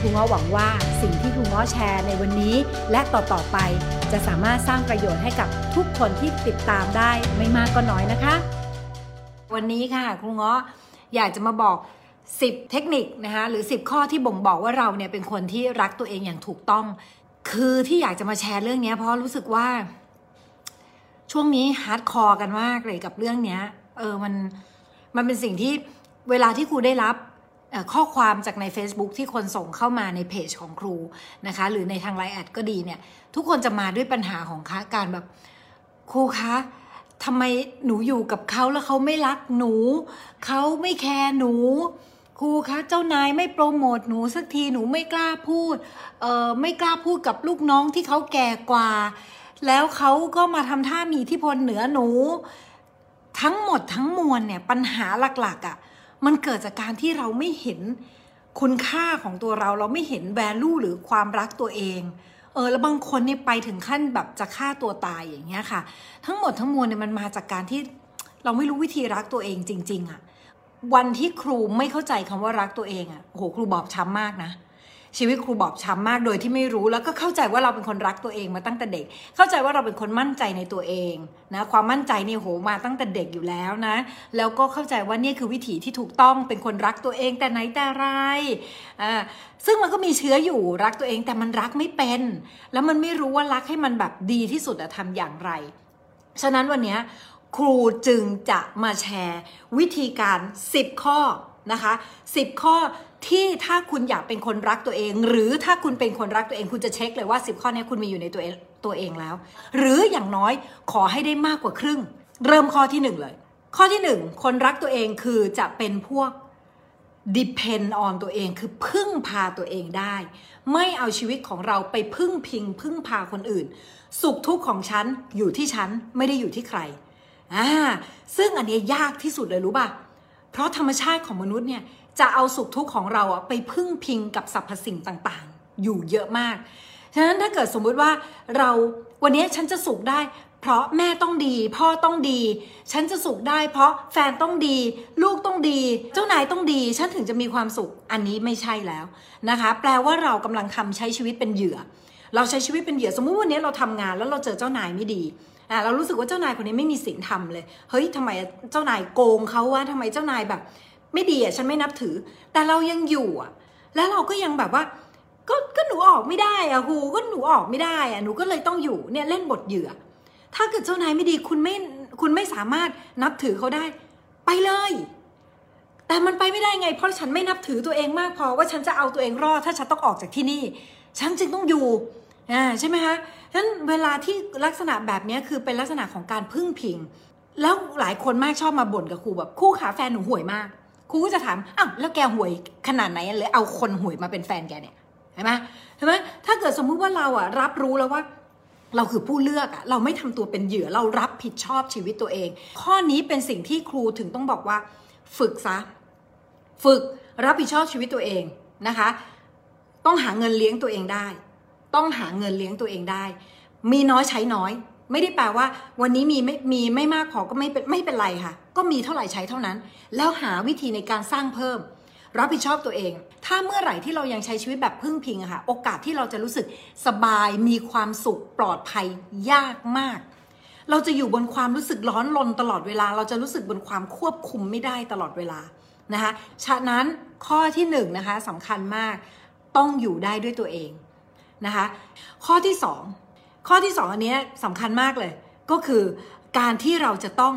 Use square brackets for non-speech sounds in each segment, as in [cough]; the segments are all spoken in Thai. ครูง้อหวังว่าสิ่งที่ครูง้อแชร์ในวันนี้และต่อๆไป จะสามารถสร้างประโยชน์ให้กับทุกคนที่ติดตามได้ไม่มากก็น้อยนะคะ วันนี้ค่ะครูง้ออยากจะมาบอก 10 เทคนิคนะคะหรือ 10 ข้อที่บ่งบอกว่าเราเนี่ยเป็นคนที่รักตัวเองอย่างถูกต้อง คือที่อยากจะมาแชร์เรื่องเนี้ยเพราะรู้สึกว่า ช่วงนี้ฮาร์ดคอร์กันมากเลยกับเรื่องเนี้ย เออมันมันเป็นสิ่งที่เวลาที่ครูได้รับเอ่อข้อความจากใน Facebook ที่คนส่งเข้ามาในเพจของครูนะคะ หรือในทางไลน์แอดก็ดีเนี่ย ทุกคนจะมาด้วยปัญหาของคะการแบบ ครูคะทำไมหนูอยู่กับเขาแล้วเขาไม่รักหนู เขาไม่แคร์หนู ครูคะเจ้านายไม่โปรโมทหนูสักทีหนูไม่กล้าพูด เออไม่กล้าพูดกับลูกน้องที่เขาแก่กว่า แล้วเขาก็มาทำท่ามีอิทธิพลเหนือหนู ทั้งหมดทั้งมวลเนี่ยปัญหาหลักๆอะ่ะ มันเกิดจากการที่เราไม่เห็นคุณค่าของตัวเราเราไม่เห็นแวลูหรือความรักตัวเอง เออแล้วบางคนเนี่ยไปถึงขั้นแบบจะฆ่าตัวตายอย่างเงี้ยค่ะ ทั้งหมดทั้งมวลเนี่ยมันมาจากการที่เราไม่รู้วิธีรักตัวเองจริง ๆอะ่ะวันที่ครูไม่เข้าใจคำว่ารักตัวเองอะ่ะโอ้โหครูบอบช้ำมากนะ ชีวิตครูบอบช้ำมากโดยที่ไม่รู้แล้วก็เข้าใจว่าเราเป็นคนรักตัวเองมาตั้งแต่เด็ก เข้าใจว่าเราเป็นคนมั่นใจในตัวเองนะความมั่นใจนี่โหมาตั้งแต่เด็กอยู่แล้วนะ แล้วก็เข้าใจว่านี่คือวิถีที่ถูกต้องเป็นคนรักตัวเองแต่ไหนแต่ไรอ่าซึ่งมันก็มีเชื้ออยู่รักตัวเองแต่มันรักไม่เป็น แล้วมันไม่รู้ว่ารักให้มันแบบดีที่สุดอะทำอย่างไร ฉะนั้นวันเนี้ยครูจึงจะมาแชร์วิธีการ 10 ข้อนะคะ 10 ข้อที่ถ้าคุณอยากเป็นคนรักตัวเอง หรือถ้าคุณเป็นคนรักตัวเอง คุณจะเช็คเลยว่า 10 ข้อเนี้ยคุณมีอยู่ในตัวเองตัวเองแล้ว หรืออย่างน้อยขอให้ได้มากกว่าครึ่ง เริ่มข้อที่ 1 เลย ข้อที่ 1 คนรักตัวเองคือจะเป็นพวก depend on ตัวเองคือพึ่งพาตัวเองได้ ไม่เอาชีวิตของเราไปพึ่งพิง พึ่งพาคนอื่น สุขทุกข์ของฉันอยู่ที่ฉันไม่ได้อยู่ที่ใครอ่าซึ่งอันเนี้ยยากที่สุดเลยรู้ป่ะ เพราะธรรมชาติของมนุษย์เนี่ยจะเอาสุขทุกข์ของเราอะไปพึ่งพิงกับสรรพสิ่งต่างๆ อยู่เยอะมาก ฉะนั้นถ้าเกิดสมมุติว่าเราวันนี้ฉันจะสุขได้ เพราะแม่ต้องดี พ่อต้องดี ฉันจะสุขได้ เพราะแฟนต้องดี ลูกต้องดี เจ้านายต้องดี ฉันถึงจะมีความสุขอันนี้ไม่ใช่แล้วนะคะ แปลว่าเรากำลังทำใช้ชีวิตเป็นเหยื่อ เราใช้ชีวิตเป็นเหยื่อสมมุติวันนี้เราทำงานแล้วเราเจอเจ้านายไม่ดีอ่ะเรารู้สึกว่าเจ้านายคนนี้ไม่มีศีลธรรมเลยเฮ้ยทำไมเจ้านายโกงเขาว่าทำไมเจ้านายแบบ ไม่ดีอ่ะฉันไม่นับถือ แต่เรายังอยู่อ่ะ แล้วเราก็ยังแบบว่า ก็ก็หนูออกไม่ได้อะครูก็หนูออกไม่ได้อะหนูก็เลยต้องอยู่เนี่ยเล่นบทเหยื่อ ถ้าเกิดเจ้านายไม่ดีคุณไม่คุณไม่สามารถนับถือเขาได้ ไปเลย แต่มันไปไม่ได้ไง เพราะฉันไม่นับถือตัวเองมากพอว่าฉันจะเอาตัวเองรอดถ้าฉันต้องออกจากที่นี่ ฉันจึงต้องอยู่อ่าใช่ไหมคะฉะนั้นเวลาที่ลักษณะแบบเนี้ยคือเป็นลักษณะของการพึ่งพิง แล้วหลายคนมากชอบมาบ่นกับครูแบบครูขาแฟนหนูห่วยมากครูก็จะถามอ้าวแล้วแกห่วยขนาดไหนเลยเอาคนห่วยมาเป็นแฟนแกเนี่ย เห็นไหมเห็นไหมถ้าเกิดสมมุติว่าเราอะรับรู้แล้วว่า เราคือผู้เลือกอะเราไม่ทำตัวเป็นเหยื่อเรารับผิดชอบชีวิตตัวเอง ข้อนี้เป็นสิ่งที่ครูถึงต้องบอกว่า ฝึกซะ ฝึกรับผิดชอบชีวิตตัวเองนะคะ ต้องหาเงินเลี้ยงตัวเองได้ ต้องหาเงินเลี้ยงตัวเองได้ มีน้อยใช้น้อย ไม่ได้แปลว่า วันนี้มีไม่มีไม่มากพอก็ไม่เป็นไม่เป็นไรค่ะ ก็มีเท่าไหร่ใช้เท่านั้น แล้วหาวิธีในการสร้างเพิ่ม รับผิดชอบตัวเอง ถ้าเมื่อไหร่ที่เรายังใช้ชีวิตแบบพึ่งพิงอะค่ะ โอกาสที่เราจะรู้สึกสบาย มีความสุข ปลอดภัยยากมาก เราจะอยู่บนความรู้สึกร้อนรนตลอดเวลา เราจะรู้สึกบนความควบคุมไม่ได้ตลอดเวลา นะคะ ฉะนั้นข้อที่หนึ่งนะคะสำคัญมาก ต้องอยู่ได้ด้วยตัวเองนะคะ ข้อที่สอง ข้อที่สองอันเนี้ยสำคัญมากเลย ก็คือการที่เราจะต้อง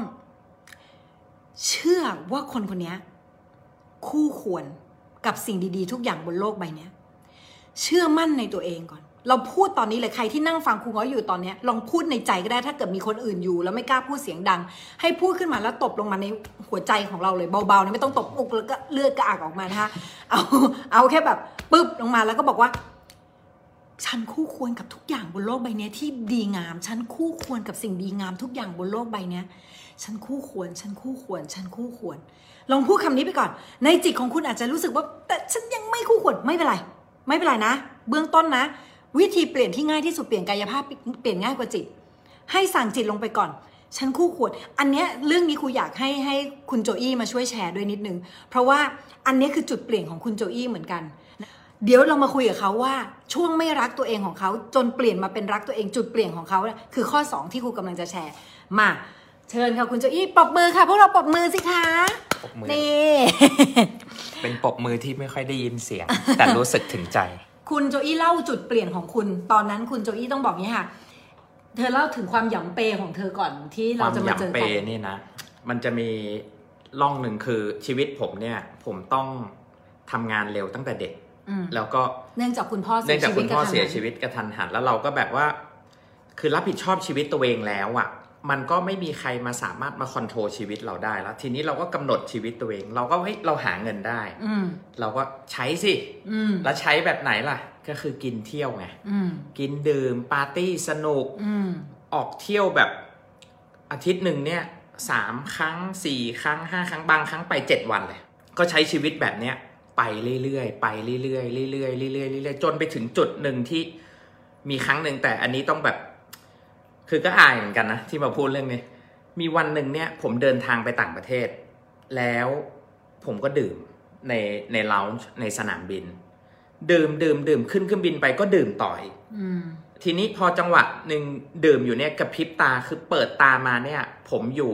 เชื่อว่าคนคนเนี้ย คู่ควรกับสิ่งดีๆ ทุกอย่างบนโลกใบเนี้ย เชื่อมั่นในตัวเองก่อน เราพูดตอนนี้เลยใครที่นั่งฟังครูง้อยอยู่ตอนเนี้ยลองพูดในใจก็ได้ถ้าเกิดมีคนอื่นอยู่ แล้วไม่กล้าพูดเสียงดัง ให้พูดขึ้นมาแล้วตบลงมาในหัวใจของเราเลยเบาๆนะไม่ต้องตบอก แล้วก็เลือดกระอักออกมานะคะเอาเอาแค่แบบปึ๊บลงมาแล้วก็บอกว่า ฉันคู่ควรกับทุกอย่างบนโลกใบเนี้ยที่ดีงาม ฉันคู่ควรกับสิ่งดีงามทุกอย่างบนโลกใบเนี้ยฉันคู่ควร ฉันคู่ควร ฉันคู่ควร ลองพูดคำนี้ไปก่อน ในจิตของคุณอาจจะรู้สึกว่า แต่ฉันยังไม่คู่ควร ไม่เป็นไร ไม่เป็นไรนะ เบื้องต้นนะ วิธีเปลี่ยนที่ง่ายที่สุดเปลี่ยนกายภาพเปลี่ยนง่ายกว่าจิต ให้สั่งจิตลงไปก่อน ฉันคู่ควร อันเนี้ยเรื่องนี้ครูอยากให้ให้คุณโจอี้มาช่วยแชร์ด้วยนิดนึง เพราะว่าอันเนี้ยคือจุดเปลี่ยนของคุณโจอี้เหมือนกัน เดี๋ยวเรามาคุยกับเขาว่าช่วงไม่รักตัวเองของเขาจนเปลี่ยนมาเป็นรักตัวเองจุดเปลี่ยนของเขาน่ะคือข้อ 2 ที่ครูกำลังจะแชร์ มา เชิญค่ะคุณโจอี้ปรบมือค่ะ พวกเราปรบมือสิคะ ปรบมือ นี่ เป็นปรบมือที่ไม่ค่อยได้ยินเสียง [laughs] แต่รู้สึกถึงใจ คุณโจอี้เล่าจุดเปลี่ยนของคุณ ตอนนั้นคุณโจอี้ต้องบอกอย่างนี้ค่ะ เธอเล่าถึงความหยองเปของเธอก่อนที่ ค เรา วาม จะมายอาก เจอ เป กัน ย์นี่นะ มันจะมีร่องหนึ่งคือชีวิตผมเนี่ย ผมต้องทำงานเร็วตั้งแต่เด็ก อืม แล้วก็ เนื่องจากคุณพ่อเสี เนื่ ย องจาก ชีวิ คุ ต ณ กระ พ่อ ทัน เสีย หัน ชีวิตกระทันหันแล้วเราก็แบบว่า คือรับผิดชอบชีวิตตัวเองแล้วอะ่ะ มันก็ไม่มีใครมาสามารถมาคอนโทรลชีวิตเราได้แล้ว ทีนี้เราก็กำหนดชีวิตตัวเอง เราก็เฮ้ยเราหาเงินได้ อืม เราก็ใช้สิ อืม แล้วใช้แบบไหนล่ะ ก็คือกินเที่ยวไง อืม กินดื่มปาร์ตี้สนุก อืม ออกเที่ยวแบบอาทิตย์หนึ่งเนี่ยสามครั้งสี่ครั้งห้าครั้งบางครั้งไปเจ็ดวันเลย ก็ใช้ชีวิตแบบเนี้ยไปเรื่อยๆไปเรื่อยๆเรื่อยๆเรื่อยๆเรื่อยๆจนไปถึงจุดหนึ่งที่มีครั้งหนึ่งแต่อันนี้ต้องแบบ คือก็อายเหมือนกันนะที่มาพูดเรื่องนี้ มีวันหนึ่งเนี่ย ผมเดินทางไปต่างประเทศ แล้วผมก็ดื่มในในลาวในสนามบิน ดื่มดื่มดื่มขึ้นเครื่องบินไปก็ดื่มต่ออีก อืม ทีนี้พอจังหวะหนึ่งดื่มอยู่เนี่ยกระพริบตาคือเปิดตามาเนี่ย ผมอยู่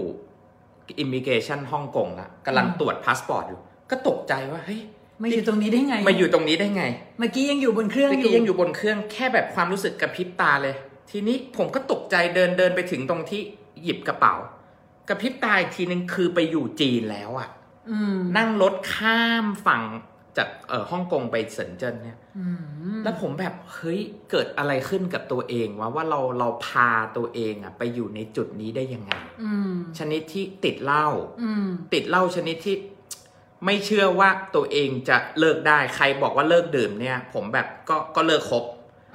อิมิเกชันฮ่องกงละกำลังตรวจพาสปอร์ตอยู่ ก็ตกใจว่าเฮ้ย มาอยู่ตรงนี้ได้ไง มาอยู่ตรงนี้ได้ไง เมื่อกี้ยังอยู่บนเครื่อง เมื่อกี้ยังอยู่บนเครื่องแค่แบบความรู้สึกกระพริบตาเลย ทีนี้ผมก็ตกใจเดินเดินไปถึงตรงที่หยิบกระเป๋ากระพริบตาอีกทีนึงคือไปอยู่จีนแล้วอะ อืม นั่งรถข้ามฝั่งจากเอ่อฮ่องกงไปเซินเจิ้นเนี่ย อืม แล้วผมแบบเฮ้ยเกิดอะไรขึ้นกับตัวเองวะว่าเราเราพาตัวเองอะไปอยู่ในจุดนี้ได้ยังไง อืม ชนิดที่ติดเหล้า อืม ติดเหล้าชนิดที่ ไม่เชื่อว่าตัวเองจะเลิกได้ใครบอกว่าเลิกดื่มเนี่ย ผมแบบก็ก็เลิกคบ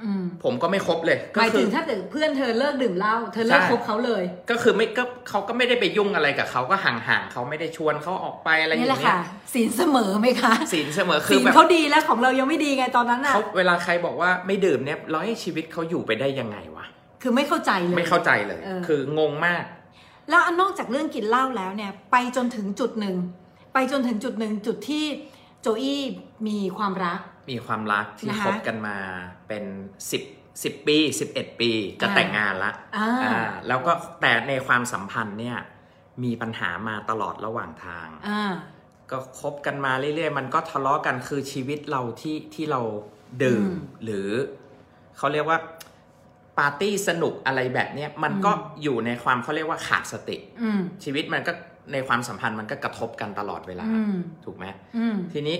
อืม ผมก็ไม่คบเลย ห ก็ มาย คื ถึ อ งถ้าเกิดเพื่อนเธอเลิกดื่มเหล้าเธอเลิก ใช่ คบเขาเลย ก็คือไม่ก็เขาก็ไม่ได้ไปยุ่งอะไรกับเขาก็ห่างๆเขาไม่ได้ชวนเขาออกไปอะไรอย่าง นี่แหละ เงี้ ค่ะ ย ศีลเสมอไหมคะ ศีลเสมอคื ศี อ ล แบบ เขาดีแล้วของเรายังไม่ดีไงตอนนั้นน่ะ เขาเวลาใครบอกว่าไม่ดื่มเนี่ยแล้วให้ชีวิตเขาอยู่ไปได้ยังไงวะ คือไม่เข้าใจเลย ไม่เข้าใจเลย เออ คืองงมาก แล้วอันนอกจากเรื่องกินเหล้าแล้วเนี่ย ไปจนถึงจุดหนึ่ง ไปจนถึงจุดหนึ่งจุดที่โจอี้มีความรัก มีความรักที่ นะคะ คบกันมาเป็นสิบสิบปีสิบเอ็ดปีจะ อ่า แต่งงานละ อ่า อ่าแล้วก็แต่ในความสัมพันธ์เนี่ยมีปัญหามาตลอดระหว่างทาง อ่า ก็คบกันมาเรื่อยๆ มันก็ทะเลาะกันคือชีวิตเราที่ที่เราดื่ม อืม หรือ เขาเรียกว่าปาร์ตี้สนุกอะไรแบบเนี้ยมันก็ อืม อยู่ในความเขาเรียกว่าขาดสติ อืม ชีวิตมันก็ในความสัมพันธ์มันก็กระทบกันตลอดเวลา อืม ถูกไหม อืม ทีนี้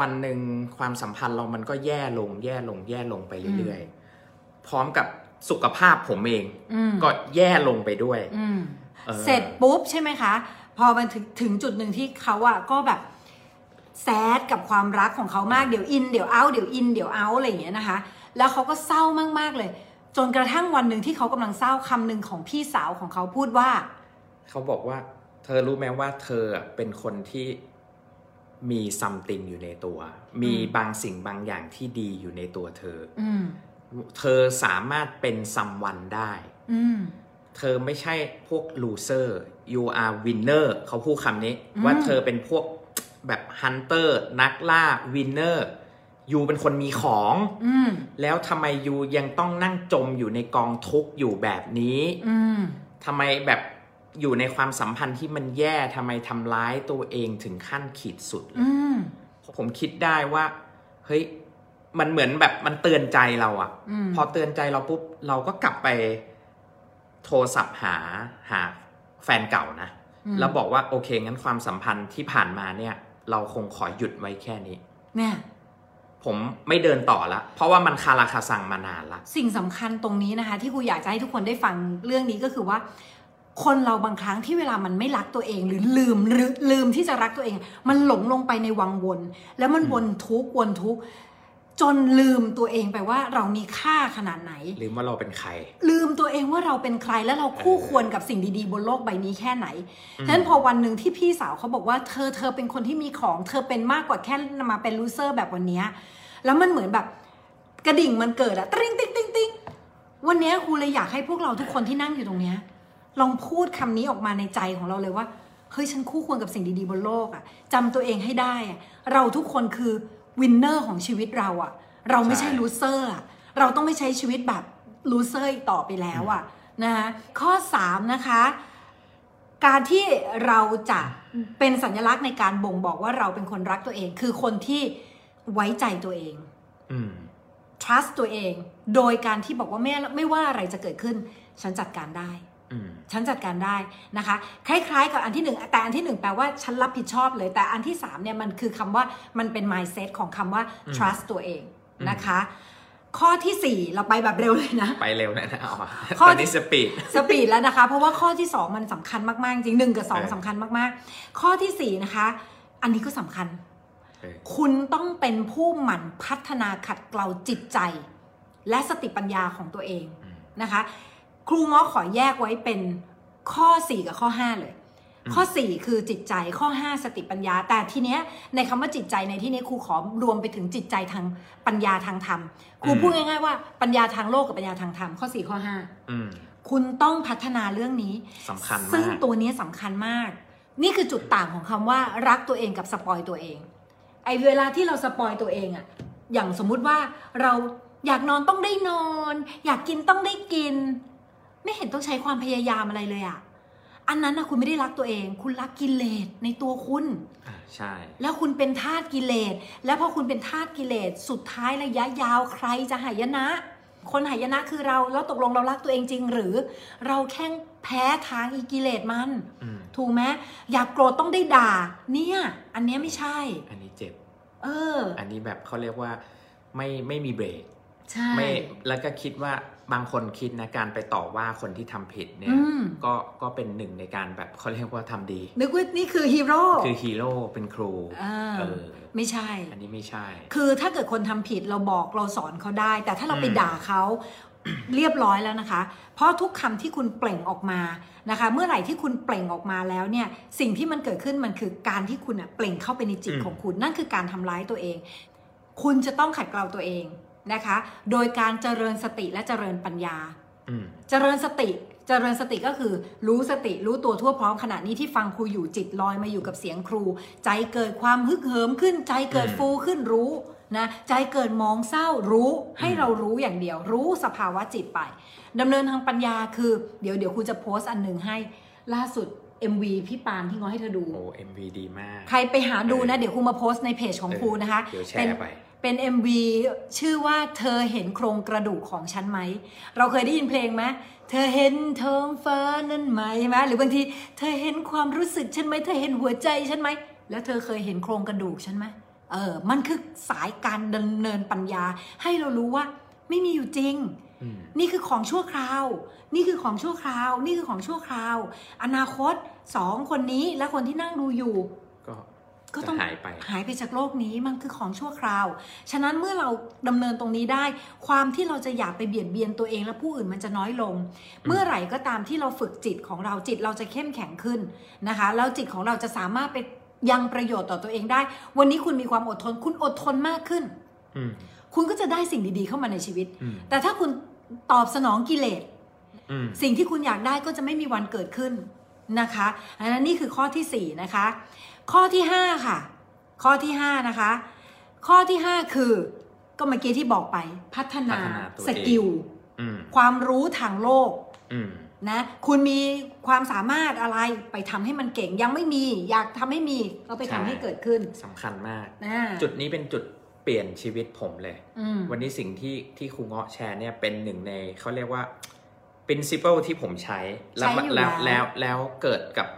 วันหนึ่งความสัมพันธ์เรามันก็แย่ลงแย่ลงแย่ลงไปเรื่อยๆ พร้อมกับสุขภาพผมเอง อืม ก็แย่ลงไปด้วย อืม ออ เสร็จปุ๊บใช่ไหมคะ พอมันถึงถึงจุดหนึ่งที่เขาอะก็แบบแซดกับความรักของเขามากเดี๋ยวอินเดี๋ยวเอาเดี๋ยวอินเดี๋ยวเอาอะไรอย่างเงี้ยนะคะ แล้วเขาก็เศร้ามากๆเลย จนกระทั่งวันหนึ่งที่เขากำลังเศร้าคำหนึ่งของพี่สาวของเขาพูดว่า เขาบอกว่า เธอรู้ไหมว่าเธออะเป็นคนที่มีซัมติงอยู่ในตัว มี อืม บางสิ่งบางอย่างที่ดีอยู่ในตัวเธอ อืม เธอสามารถเป็นซัมวันได้ อืม เธอไม่ใช่พวก loser you are winner เขาพูดคำนี้ อืม ว่าเธอเป็นพวกแบบ hunter นักล่า winner you เป็นคนมีของ อืม แล้วทำไม you ยังต้องนั่งจมอยู่ในกองทุกข์อยู่แบบนี้ อืม ทำไมแบบอยู่ในความสัมพันธ์ที่มันแย่ทำไมทำร้ายตัวเองถึงขั้นขีดสุดเลย อืม ผมคิดได้ว่า เฮ้ย มันเหมือนแบบมันเตือนใจเราอะ อืม พอเตือนใจเราปุ๊บ เราก็กลับไปโทรศัพท์หาหาแฟนเก่านะ ม แล้วบอกว่าโอเค งั้นความสัมพันธ์ที่ผ่านมาเนี่ย เราคงขอหยุดไว้แค่นี้ เนี่ย ผมไม่เดินต่อละ เพราะว่ามันคาราคาซังมานานละ สิ่งสำคัญตรงนี้นะคะ ที่ครูอยากจะให้ทุกคนได้ฟังเรื่องนี้ก็คือว่า คนเราบางครั้งที่เวลามันไม่รักตัวเอง หรือลืมหรือลืมที่จะรักตัวเอง มันหลงลงไปในวังวน แล้วมัน อืม วนทุกข์วนทุกข์ จนลืมตัวเองไปว่าเรามีค่าขนาดไหน ลืมว่าเราเป็นใคร ลืมตัวเองว่าเราเป็นใครและเราคู่ควรกับสิ่งดีๆ บนโลกใบนี้แค่ไหน อืม ฉะนั้นพอวันหนึ่งที่พี่สาวเขาบอกว่าเธอเธอเป็นคนที่มีของ เธอเป็นมากกว่าแค่มาเป็นลูเซอร์แบบวันเนี้ยแล้วมันเหมือนแบบกระดิ่งมันเกิดอะตริ้งติ๊งติ๊งติ๊งวันเนี้ยครูเลยอยากให้พวกเราทุกคนที่นั่งอยู่ตรงเนี้ยลองพูดคำนี้ออกมาในใจของเราเลยว่าเฮ้ยฉันคู่ควรกับสิ่งดีๆ บนโลกอะจำตัวเองให้ได้อะเราทุกคนคือวินเนอร์ของชีวิตเราอะเราไม่ใช่ ใช่ ลูเซอร์อะเราต้องไม่ใช้ชีวิตแบบลูเซอร์อีกต่อไปแล้วอะนะคะข้อสามนะคะ การที่เราจะเป็นสัญลักษณ์ในการบ่งบอกว่าเราเป็นคนรักตัวเอง คือคนที่ไว้ใจตัวเอง อืม trust ตัวเอง โดยการที่บอกว่าไม่ไม่ว่าอะไรจะเกิดขึ้น ฉันจัดการได้ อืม ฉันจัดการได้นะคะ คล้ายๆ กับอันที่หนึ่งแต่อันที่หนึ่งแปลว่าฉันรับผิดชอบเลย แต่อันที่สามเนี่ยมันคือคำว่ามันเป็น mindset ของคำว่า อืม trust ตัวเองนะคะ ข้อที่สี่เราไปแบบเร็วเลย [laughs] นะ ไปเร็วหนะนะเอาอะ ข้อ ตอนนี้สปีด สปีดแล้วนะคะ เพราะว่าข้อที่ 2 มันสำคัญมาก ๆ จริงหนึ่งกับ เออ 2สำคัญมาก ๆ ข้อทีสี่ 4 นะคะ อันนี้ก็สำคัญ เออ คุณต้องเป็นผู้หมั่นพัฒนาขัดเกลาจิตใจ และสติปัญญาของตัวเอง อืม นะคะ ครูง้อขอแยกไว้เป็นข้อ 4 กับข้อ 5 เลย อืม ข้อ 4 คือจิตใจข้อ 5 สติปัญญา แต่ทีเนี้ยในคำว่าจิตใจในที่นี้ครูขอรวมไปถึงจิตใจทางปัญญาทางธรรมครูพูดง่าย ๆ ว่าปัญญาทางโลกกับปัญญาทางธรรมข้อสี่ข้อห้า อืม คุณต้องพัฒนาเรื่องนี้ สำคัญ ซึ่ง มาก ตัวนี้สำคัญมาก นี่คือจุดต่างของคำว่ารักตัวเองกับสปอยตัวเอง ไอเวลาที่เราสปอยตัวเองอะอย่างสมมุติว่าเราอยากนอนต้องได้นอน อยากกินต้องได้กิน ไม่เห็นต้องใช้ความพยายามอะไรเลยอะอันนั้นนะคุณไม่ได้รักตัวเอง คุณรักกิเลสในตัวคุณ อ่ะใช่ แล้วคุณเป็นทาสกิเลส แล้วพอคุณเป็นทาสกิเลส สุดท้ายระยะยาวใครจะหายนะ คนหายนะคือเรา แล้วตกลงเรารักตัวเองจริง หรือเราแค่แพ้ทางอีกิเลสมัน อืม ถูกไหมอยากโกรธต้องได้ด่า เนี่ย อันเนี้ยไม่ใช่ อันนี้เจ็บ เออ อันนี้แบบเขาเรียกว่าไม่ไม่มีเบรก ใช่ ไม่แล้วก็คิดว่าบางคนคิดนะการไปต่อว่าคนที่ทำผิดเนี่ย อืม ก็ก็เป็นหนึ่งในการแบบเขาเรียกว่าทำดี นึกว่านี่คือฮีโร่ คือฮีโร่เป็นครู เออ เออ ไม่ใช่ อันนี้ไม่ใช่ คือถ้าเกิดคนทำผิดเราบอกเราสอนเขาได้ แต่ถ้าเราไป อืม ด่าเขา [clears throat] เรียบร้อยแล้วนะคะ เพราะทุกคำที่คุณเปล่งออกมานะคะ เมื่อไหร่ที่คุณเปล่งออกมาแล้วเนี่ยสิ่งที่มันเกิดขึ้นมันคือการที่คุณอะเปล่งเข้าไปในจิตของคุณนั่นคือการทำร้ายตัวเอง คุณจะต้องขัดเกลาตัวเองนะคะ โดยการเจริญสติและเจริญปัญญา อืม เจริญสติ เจริญสติก็คือรู้สติรู้ตัวทั่วพร้อมขณะนี้ที่ฟังครูอยู่จิตลอยมาอยู่กับเสียงครู ใจเกิดความฮึกเหิมขึ้น ใจเกิด อืม ฟูขึ้นรู้นะใจเกิดมองเศร้ารู้ให้ อืม เรารู้อย่างเดียว รู้สภาวะจิตไปดำเนินทางปัญญาคือ เดี๋ยวเดี๋ยวครูจะโพสต์อันหนึ่งให้ ล่าสุด MV พี่ปานที่ง้อให้เธอดู โอ้เอ็มวีดีมาก ใครไปหาดูนะ เดี๋ยวครูมาโพสต์ในเพจของครูนะคะ เดี๋ยวแช เป็น ร์ไป เป็น MV ชื่อว่าเธอเห็นโครงกระดูกของฉันไหม เราเคยได้ยินเพลงไหมเธอเห็นท้องฟ้านั่นไหมไหมหรือบางที เธอเห็นความรู้สึกฉันไหมเธอเห็นหัวใจฉันไหม แล้วเธอเคยเห็นโครงกระดูกฉันไหมเออ มันคือสายการดำเนินปัญญา ให้เรารู้ว่าไม่มีอยู่จริง อืม นี่คือของชั่วคราว นี่คือของชั่วคราว นี่คือของชั่วคราว อนาคตสองคนนี้และคนที่นั่งดูอยู่ ก็ ก็ จะ ต้อง หายไป หายไปจากโลกนี้มันคือของชั่วคราว ฉะนั้นเมื่อเราดำเนินตรงนี้ได้ ความที่เราจะอยากไปเบียดเบียนตัวเองและผู้อื่นมันจะน้อยลง เมื่อไหร่ก็ตามที่เราฝึกจิตของเราจิตเราจะเข้มแข็งขึ้นนะคะ แล้วจิตของเราจะสามารถไปยังประโยชน์ต่อตัวเองได้ วันนี้คุณมีความอดทน คุณอดทนมากขึ้น อืม คุณก็จะได้สิ่งดีๆเข้ามาในชีวิต อืม แต่ถ้าคุณตอบสนองกิเลส อืม สิ่งที่คุณอยากได้ก็จะไม่มีวันเกิดขึ้นนะคะอันนั้นนี่คือข้อที่ 4 นะคะ ข้อที่ 5 ค่ะ ข้อที่ 5 นะคะ ข้อที่ 5 คือ ก็เมื่อกี้ที่บอกไปพัฒนาสกิล อืม ความรู้ทางโลก อืม นะคุณมีความสามารถอะไรไปทำให้มันเก่งยังไม่มี อยากทำให้มีก็ไปทำให้เกิดขึ้น สำคัญมาก นะ จุดนี้เป็นจุดเปลี่ยนชีวิตผมเลย อืม วันนี้สิ่งที่ที่ครูเงาะแชร์เนี่ยเป็นหนึ่งในเขาเรียกว่า principle ที่ผมใช้แล้วมันแล้วแล้วแล้วเกิดกับ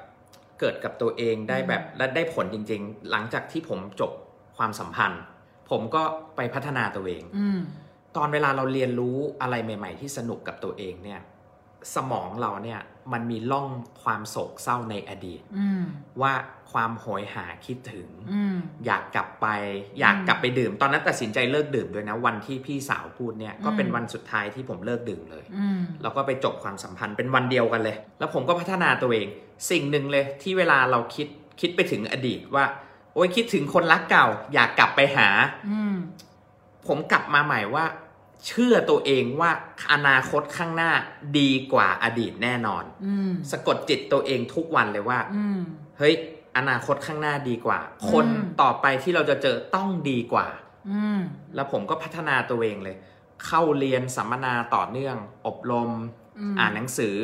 เกิดกับตัวเองได้แบบและได้ผลจริง ๆ หลังจากที่ผมจบความสัมพันธ์ ผมก็ไปพัฒนาตัวเอง อืม ตอนเวลาเราเรียนรู้อะไรใหม่ ๆ ที่สนุกกับตัวเองเนี่ย สมองเราเนี่ย มันมีล่องความโศกเศร้าในอดีต อืม ว่าความโหยหาคิดถึง อืม อยากกลับไป อยากกลับไปดื่ม ตอนนั้นตัดสินใจเลิกดื่มด้วยนะ วันที่พี่สาวพูดเนี่ยก็เป็น อืม วันสุดท้ายที่ผมเลิกดื่มเลย อืม แล้วก็ไปจบความสัมพันธ์เป็นวันเดียวกันเลย แล้วผมก็พัฒนาตัวเอง สิ่งหนึ่งเลยที่เวลาเราคิดคิดไปถึงอดีตว่า โอ้ยคิดถึงคนรักเก่า อยากกลับไปหา อืม ผมกลับมาใหม่ว่า เชื่อตัวเองว่าอนาคตข้างหน้าดีกว่าอดีตแน่นอน อืม สะกดจิตตัวเองทุกวันเลยว่า อืม เฮ้ย อนาคตข้างหน้าดีกว่า คน อืม ต่อไปที่เราจะเจอต้องดีกว่า อืม แล้วผมก็พัฒนาตัวเองเลย เข้าเรียนสัมมนาต่อเนื่อง อบรม อืม อ่านหนังสือ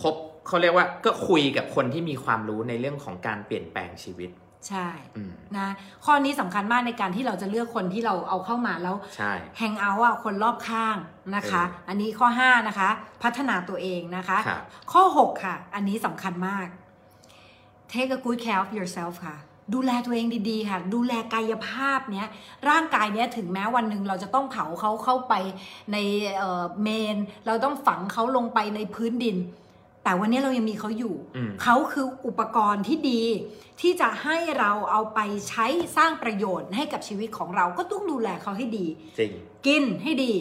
คบเขาเรียกว่าก็คุยกับคนที่มีความรู้ในเรื่องของการเปลี่ยนแปลงชีวิต ใช่ อืม นะข้อนี้สำคัญมากในการที่เราจะเลือกคนที่เราเอาเข้ามาแล้ว ใช่ แฮงเอาท์อ่ะคนรอบข้างนะคะ เอออั อันนี้ข้อ 5 นะคะ พัฒนาตัวเองนะคะ ครับ ข้อ 6 ค่ะ อันนี้สำคัญมาก take a good care of yourself ค่ะ ดูแลตัวเองดีๆ ค่ะ ดูแลกายภาพเนี้ย ร่างกายเนี้ยถึงแม้วันหนึ่งเราจะต้องเผาเขาเข้าไปในเอ่อเมน เราต้องฝังเขาลงไปในพื้นดิน แต่วันนี้เรายังมีเขาอยู่ อืม เขาคืออุปกรณ์ที่ดี ที่จะให้เราเอาไปใช้สร้างประโยชน์ให้กับชีวิตของเราก็ต้องดูแลเขาให้ดี จริง กินให้ดี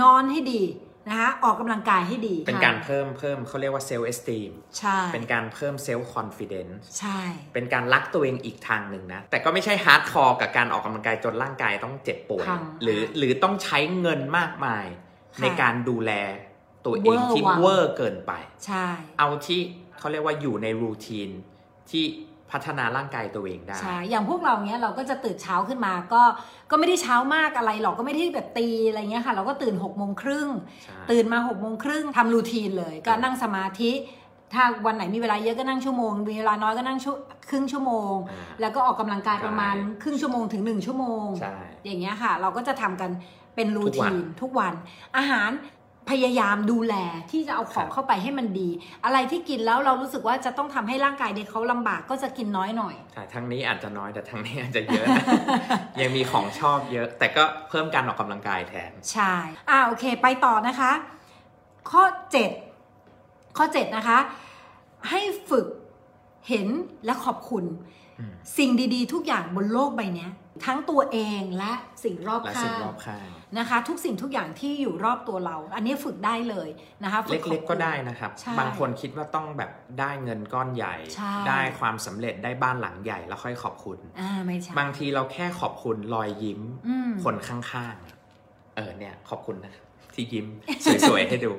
นอนให้ดีนะคะออกกำลังกายให้ดี เป็นการเพิ่มเพิ่มเขาเรียกว่าเซลล์เอสติม ใช่ เป็นการเพิ่มเซลล์คอนฟิเดนซ์ ใช่ เป็นการรักตัวเองอีกทางหนึ่งนะ แต่ก็ไม่ใช่ฮาร์ดคอร์กับการออกกำลังกายจนร่างกายต้องเจ็บป่วย หรือหรือต้องใช้เงินมากมาย ะ ในการดูแลตัวเองที่ เวอร์วัง เวอร์เกินไป ใช่ เอาที่เขาเรียกว่าอยู่ในรูทีนที่พัฒนาร่างกายตัวเองได้ ใช่อย่างพวกเราเนี้ยเราก็จะตื่นเช้าขึ้นมาก็ก็ไม่ได้เช้ามากอะไรหรอกก็ไม่ได้แบบตีอะไรเงี้ยค่ะ เราก็ตื่นหกโมงครึ่ง ใช่ ตื่นมาหกโมงครึ่งทำรูทีนเลยก็นั่งสมาธิ ถ้าวันไหนมีเวลาเยอะก็นั่งชั่วโมง มีเวลาน้อยก็นั่งชั่วครึ่งชั่วโมง อ่า แล้วก็ออกกำลังกายประมาณ ใช่ ครึ่งชั่วโมงถึงหนึ่งชั่วโมง ใช่ อย่างเงี้ยค่ะ เราก็จะทำกันเป็นรู ทุกวั ที น นทุกวัน อาหารพยายามดูแลที่จะเอาของ ครับ เข้าไปให้มันดี อะไรที่กินแล้วเรารู้สึกว่าจะต้องทำให้ร่างกายเด็กเขาลำบากก็จะกินน้อยหน่ [laughs] อย ใช่ทางนี้อาจจะน้อยแต่ทางนี้อาจจะ [laughs] เยอะ ยังมีของชอบเยอะ แต่ก็เพิ่มการออกกำลังกายแทน ใช่อ่าโอเค ไปต่อนะคะ ข้อ 7 ข้อ 7 นะคะ ให้ฝึกเห็นและขอบคุณ อืม สิ่งดีๆ ทุกอย่างบนโลกใบเนี้ย ทั้งตัวเองและสิ่งรอบ และสิ่ ข้าง ง รอบข้าง นะคะ ทุกสิ่งทุกอย่างที่อยู่รอบตัวเรา อันนี้ฝึกได้เลยนะคะฝึ เล็ก ขอบ ๆ คุ ก็ ณ ได้นะครับ ใช่ บางคนคิดว่าต้องแบบได้เงินก้อนใหญ่ ใช่ ได้ความสำเร็จได้บ้านหลังใหญ่แล้วค่อยขอบคุณ อ่าไม่ใช่ บางทีเราแค่ขอบคุณรอยยิ้ม อืม คนข้างๆ เออเนี่ย ขอบคุณนะครับที่ยิ้ม [laughs] สวยๆ ให้ดู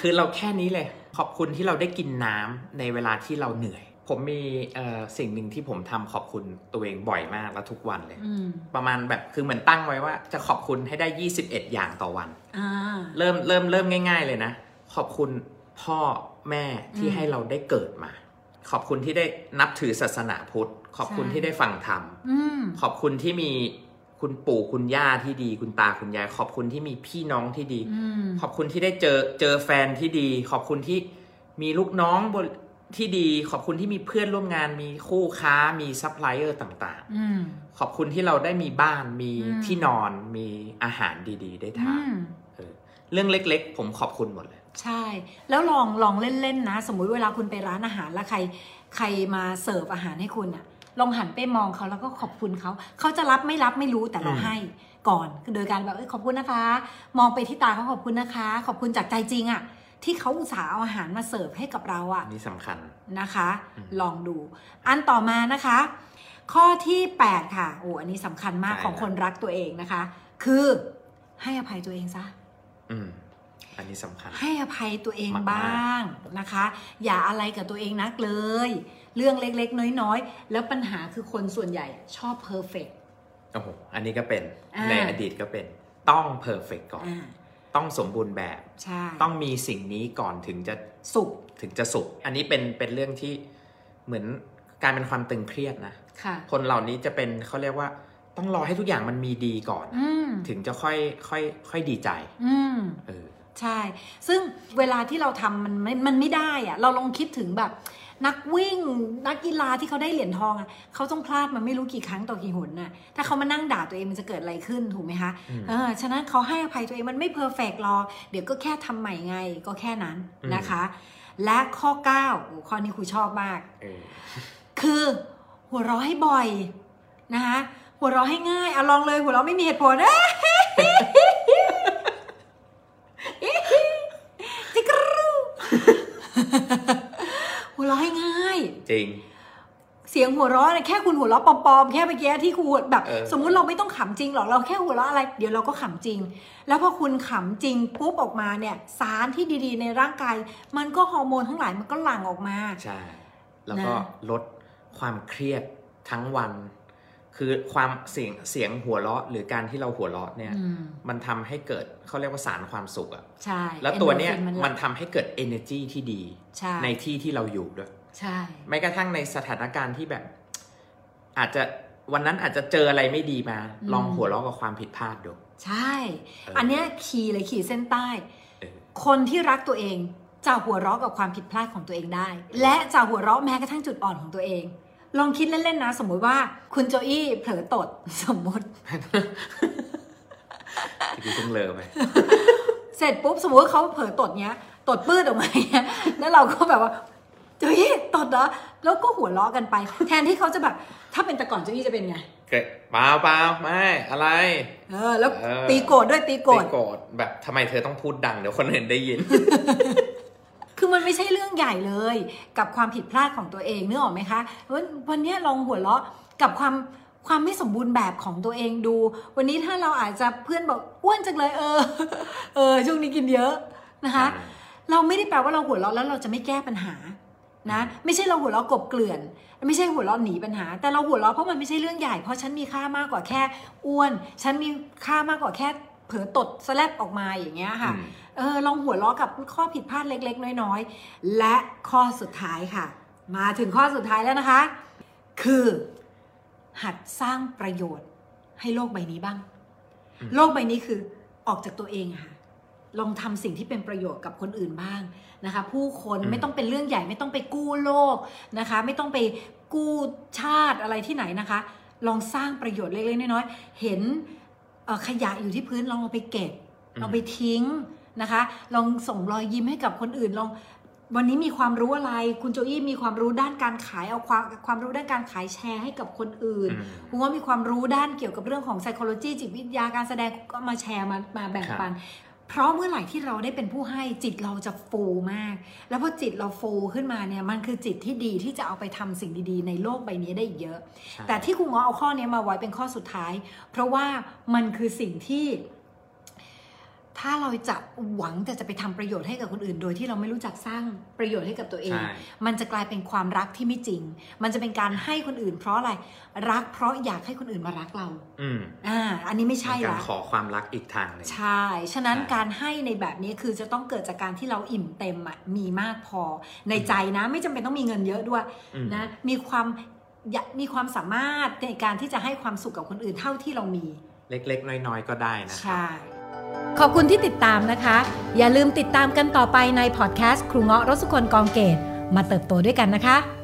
คือเราแค่นี้เลย ขอบคุณที่เราได้กินน้ำในเวลาที่เราเหนื่อย ผมมีเอ่อสิ่งหนึ่งที่ผมทำขอบคุณตัวเองบ่อยมากและทุกวันเลย อืม ประมาณแบบคือเหมือนตั้งไว้ว่าจะขอบคุณให้ได้ 21 อย่างต่อวัน อ่า เริ่มเริ่มเริ่มง่าย ๆ เลยนะ ขอบคุณพ่อแม่ที่ อืม ให้เราได้เกิดมา ขอบคุณที่ได้นับถือศาสนาพุทธ ขอบคุณ ใช่ ที่ได้ฟังธรรม อืม ขอบคุณที่มีคุณปู่คุณย่าที่ดี คุณตาคุณยาย ขอบคุณที่มีพี่น้องที่ดี อืม ขอบคุณที่ได้เจอเจอแฟนที่ดี ขอบคุณที่มีลูกน้องบนที่ดี ขอบคุณที่มีเพื่อนร่วมงาน มีคู่ค้ามีซัพพลายเออร์ต่าง อืม ๆ ขอบคุณที่เราได้มีบ้านมี อืม ที่นอนมีอาหารดีๆ ได้ทา อื น ม เออเรื่องเล็กๆ ผมขอบคุณหมดเลย ใช่ แล้วลองลองเล่นๆนะ สมมุติเวลาคุณไปร้านอาหารแล้วใคร ใครมาเสิร์ฟอาหารให้คุณอะลองหันไปมองเขาแล้วก็ขอบคุณเขา เขาจะรับไม่รับไม่รู้แต่เรา อืม ให้ก่อนโดยการแบบเอ้ยขอบคุณนะคะ มองไปที่ตาเขาขอบคุณนะคะ ขอบคุณจากใจจริงอะที่เขาอุตส่าห์เอาอาหารมาเสิร์ฟให้กับเรา อั อะ นนี้สำคัญ นะคะ อืม ลองดู อันต่อมานะคะ ข้อที่ 8 ค่ะโอ้อันนี้สำคัญมาก ใช่ ของ ครับ คนรักตัวเองนะคะ คือให้อภัยตัวเองซะ อืมอันนี้สำคัญ ให้อภัยตัวเอง มากๆ บ้างนะคะ อย่าอะไรกับตัวเองนักเลย เรื่องเล็กๆ น้อยๆ แล้วปัญหาคือคนส่วนใหญ่ชอบเพอร์เฟก โอ้โหอันนี้ก็เป็น อ่า ในอดีตก็เป็นต้องเพอร์เฟกก่อน อ่า ต้องสมบูรณ์แบบ ใช่ ต้องมีสิ่งนี้ก่อนถึงจะ สุข ถึงจะสุข อันนี้เป็นเป็นเรื่องที่เหมือนกลารเป็นความตึงเครียดนะ ค่ะ คนเหล่านี้จะเป็นเขาเรียกว่าต้องรอให้ทุกอย่างมันมีดีก่อน อืม ถึงจะค่อยค่อยค่อยดีใจ อืม เออ ใช่ ซึ่งเวลาที่เราทำมันไม่มันไม่ได้อะเราลองคิดถึงแบบ นักวิ่ง นักกีฬาที่เขาได้เหรียญทองอะเขาต้องพลาดมันไม่รู้กี่ครั้งต่อกี่หนน่ะถ้าเขามานั่งด่าตัวเองมันจะเกิดอะไรขึ้นถูกไหมคะ อืม เออฉะนั้นเขาให้อภัยตัวเองมันไม่เพอร์เฟกหรอกเดี๋ยวก็แค่ทำใหม่ไงก็แค่นั้นนะคะ และข้อ9โอ้ข้อนี้ครูชอบมาก เออ คือหัวเราะให้บ่อยนะคะหัวเราะให้ง่ายอะลองเลยหัวเราะไม่มีเหตุผลเอ้ยจิกรูหัวเราะให้ง่าย จริง เสียงหัวเราะเนี่ยแค่คุณหัวเราะปลอมๆแค่เมื่อกี้ที่คุณแบบ เออ สมมุติเราไม่ต้องขำจริงหรอกเราแค่หัวเราะอะไร เดี๋ยวเราก็ขำจริง แล้วพอคุณขำจริงปุ๊บออกมาเนี่ย สารที่ดีๆ ในร่างกายมันก็ฮอร์โมนทั้งหลายมันก็หลั่งออกมา ใช่ แล้วก็ นะ ลดความเครียดทั้งวัน คือความเสียงเสียงหัวเราะหรือการที่เราหัวเราะเนี่ย อืม มันทำให้เกิดเขาเรียกว่าสารความสุขอะ ใช่ แล้วตัวเนี้ย อ็โดรฟิห มั ลั่ น ง ทำให้เกิด energy ที่ดี ใช่ ในที่ที่เราอยู่ด้วย ใช่ แม้กระทั่งในสถานการณ์ที่แบบ อาจจะวันนั้นอาจจะเจออะไรไม่ดีมา ลองหัวเราะกับความผิดพลาดดู ใช่ เ อันเนี้ยขีย์เลยขีดเส้นใต้ เออ คนที่รักตัวเองจะหัวเราะกับความผิดพลาดของตัวเองได้ และจะหัวเราะแม้กระทั่งจุดอ่อนของตัวเอง ลองคิดเล่นๆนะ สมมุติว่าคุณโจอี้เผลอตด สมมติ ทีนี้ต้องเลอไป เสร็จปุ๊บสมมติว่าเขาเผลอตดเนี้ยตดปื้ดออกมาเนี้ยแล้วเราก็แบบว่าโจอี้ตดเหรอแล้วก็หัวเราะกันไป แทนที่เขาจะแบบ ถ้าเป็นแต่ก่อนโจอี้จะเป็นไง เกะเปล่าเปล่าไม่อะไร เออแล้ว เออ ตีโกรธด้วยตีโกรธ โกรธแบบทำไมเธอต้องพูดดังเดี๋ยวคนอื่นได้ยิน คือมันไม่ใช่เรื่องใหญ่เลยกับความผิดพลาดของตัวเองนึกออกไหมคะวันวันเนี้ยลองหัวเราะกับความความไม่สมบูรณ์แบบของตัวเองดู วันนี้ถ้าเราอาจจะเพื่อนบอกอ้วนจังเลยเอ [laughs] อ เออช่วงนี้กินเยอะนะคะ เราไม่ได้แปลว่าเราหัวเราะแล้วเราจะไม่แก้ปัญหานะ ไม่ใช่เราหัวเราะกบเกลื่อน ไม่ใช่หัวเราะหนีปัญหา แต่เราหัวเราะเพราะมันไม่ใช่เรื่องใหญ่เพราะฉันมีค่ามากกว่าแค่อ้วน ฉันมีค่ามากกว่าแค่เผลอตดสแลบออกมาอย่างเงี้ยค่ะ เออลองหัวเราะกับข้อผิดพลาดเล็ก ๆ น้อยๆ และข้อสุดท้ายค่ะ มาถึงข้อสุดท้ายแล้วนะคะ คือ หัดสร้างประโยชน์ให้โลกใบนี้บ้าง อืม โลกใบนี้คือออกจากตัวเองอะค่ะ ลองทำสิ่งที่เป็นประโยชน์กับคนอื่นบ้างนะคะ ผู้คนไม่ต้องเป็นเรื่องใหญ่ไม่ต้องไปกู้โลกนะคะ ไม่ต้องไปกู้ชาติอะไรที่ไหนนะคะ ลองสร้างประโยชน์เล็กๆน้อยๆเห็นเอ่อขยะอยู่ที่พื้นลองเอาไปเก็บ อืม ลองไปทิ้งนะคะ ลองส่งรอยยิ้มให้กับคนอื่นลอง วันนี้มีความรู้อะไร คุณโจอี้มีความรู้ด้านการขายเอาความความรู้ด้านการขายแชร์ให้กับคนอื่น อืม คุณว่ามีความรู้ด้านเกี่ยวกับเรื่องของ psychology จิตวิทยาการแสดงก็มาแชร์มามาแบ่งปัน เพราะเมื่อไหร่ที่เราได้เป็นผู้ให้จิตเราจะฟูมาก แล้วพอจิตเราฟูขึ้นมาเนี่ยมันคือจิตที่ดีที่จะเอาไปทำสิ่งดีๆ ในโลกใบนี้ได้อีกเยอะ ใช่ แต่ที่ครูง้อเอาข้อนี้มาไว้เป็นข้อสุดท้าย เพราะว่ามันคือสิ่งที่ ถ้าเราจะหวังแต่จะไปทำประโยชน์ให้กับคนอื่น โดยที่เราไม่รู้จักสร้างประโยชน์ให้กับตัวเอง ใช่ มันจะกลายเป็นความรักที่ไม่จริง มันจะเป็นการให้คนอื่น เพราะอะไร รักเพราะอยากให้คนอื่นมารักเรา อืม อ่า อันนี้ไม่ใช่ เป็นการ ละ ขอความรักอีกทางหนึ่ง ใช่ ฉะนั้น ใช่ การให้ในแบบนี้คือจะต้องเกิดจากการที่เราอิ่มเต็มอะมีมากพอ ในใจนะ ไม่จำเป็นต้องมีเงินเยอะด้วย อืม นะมีความอยากมีความสามารถในการที่จะให้ความสุขกับคนอื่นเท่าที่เรามี เล็กๆ น้อยๆ ก็ได้นะครั ใช่ บ ขอบคุณที่ติดตามนะคะ อย่าลืมติดตามกันต่อไปในพอดแคสต์ครูเงาะรสสุคนกองเกตมาเติบโตด้วยกันนะคะ